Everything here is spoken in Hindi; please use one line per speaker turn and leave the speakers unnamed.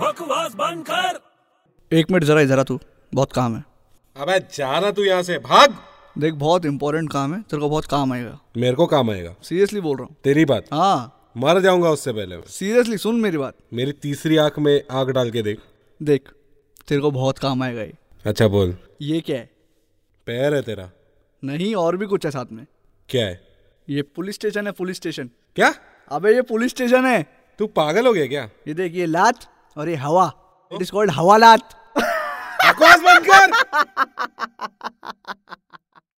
बकवास बंद कर
एक मिनट जरा इधर आ तू बहुत काम है
अबे जा रहा तू यहाँ से भाग
देख बहुत इंपॉर्टेंट काम है तेरे को बहुत काम आएगा
मेरे को काम आएगा
सीरियसली बोल रहा हूँ
तेरी बात
हाँ
मर जाऊंगा उससे पहले मैं।
सीरियसली सुन मेरी बात
मेरी तीसरी आंख में आंख डाल के देख
देख तेरे को बहुत काम आएगा ये
अच्छा बोल
ये क्या है
पैर है तेरा
नहीं और भी कुछ है साथ में
क्या है
ये पुलिस स्टेशन है पुलिस स्टेशन
क्या
अबे ये पुलिस स्टेशन है
तू पागल हो गया क्या
ये देख ये लात और ये हवा इट इज कॉल्ड हवा लात
बकवास बंद कर